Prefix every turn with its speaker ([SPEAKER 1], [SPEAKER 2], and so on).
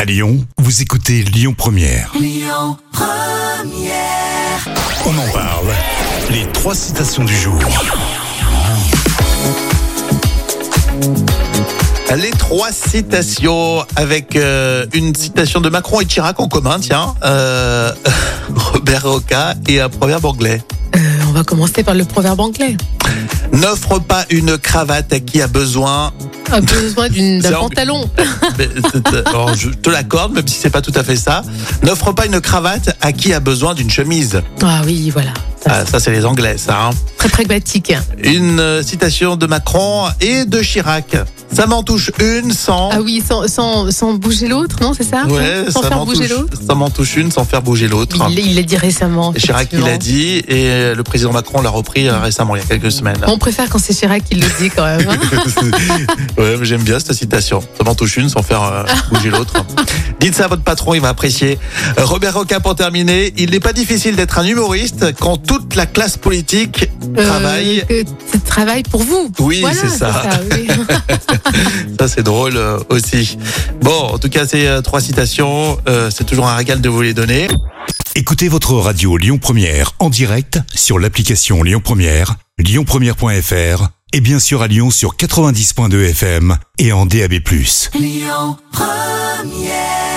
[SPEAKER 1] À Lyon, vous écoutez Lyon Première. On en parle. Les trois citations du jour.
[SPEAKER 2] Les trois citations avec euh, une citation de Macron et Chirac en commun, tiens, euh, Robert Roca et un proverbe anglais.
[SPEAKER 3] Euh, on va commencer par le proverbe anglais.
[SPEAKER 2] N'offre pas une cravate à qui a besoin.
[SPEAKER 3] A besoin d'une- d'un
[SPEAKER 2] Ah, C'est ang-
[SPEAKER 3] pantalon.
[SPEAKER 2] Mais, euh, alors, je te l'accorde, même si c'est pas tout à fait ça. N'offre pas une cravate à qui a besoin d'une chemise.
[SPEAKER 3] Ah oui, voilà. Ça,
[SPEAKER 2] Ah, ça, c'est les Anglais, ça. hein.
[SPEAKER 3] c'est Très pragmatique.
[SPEAKER 2] Une euh, citation de Macron et de Chirac. Ça m'en touche une sans.
[SPEAKER 3] Ah oui, sans, sans, sans bouger l'autre, non, c'est ça
[SPEAKER 2] Ouais,
[SPEAKER 3] Ah Sans
[SPEAKER 2] ça
[SPEAKER 3] faire
[SPEAKER 2] m'en
[SPEAKER 3] bouger
[SPEAKER 2] touche-
[SPEAKER 3] l'autre
[SPEAKER 2] ça m'en touche une sans faire bouger l'autre.
[SPEAKER 3] Il il l'a dit récemment.
[SPEAKER 2] Chirac il l'a
[SPEAKER 3] effectivement.
[SPEAKER 2] dit et le président Macron l'a repris euh, récemment il y a quelques semaines.
[SPEAKER 3] On préfère quand c'est Chirac qui le dit quand même. hein.
[SPEAKER 2] ouais, mais j'aime bien cette citation. Ça m'en touche une sans faire euh, bouger l'autre. Dites ça à votre patron, il va apprécier. Euh, Robert Roca pour terminer. Il n'est pas difficile d'être un humoriste quand toute la classe politique
[SPEAKER 3] Euh,
[SPEAKER 2] travaille.
[SPEAKER 3] que tu travailles pour vous.
[SPEAKER 2] Oui,
[SPEAKER 3] Voilà,
[SPEAKER 2] c'est ça.
[SPEAKER 3] oui.
[SPEAKER 2] Ça c'est drôle euh, aussi. Bon, en tout cas ces euh, trois citations, euh, c'est toujours un régal de vous les donner.
[SPEAKER 1] Écoutez votre radio Lyon Première en direct sur l'application Lyon Première, lyonpremière.fr et bien sûr à Lyon sur 90.2 FM et en DAB+.
[SPEAKER 4] Lyon Première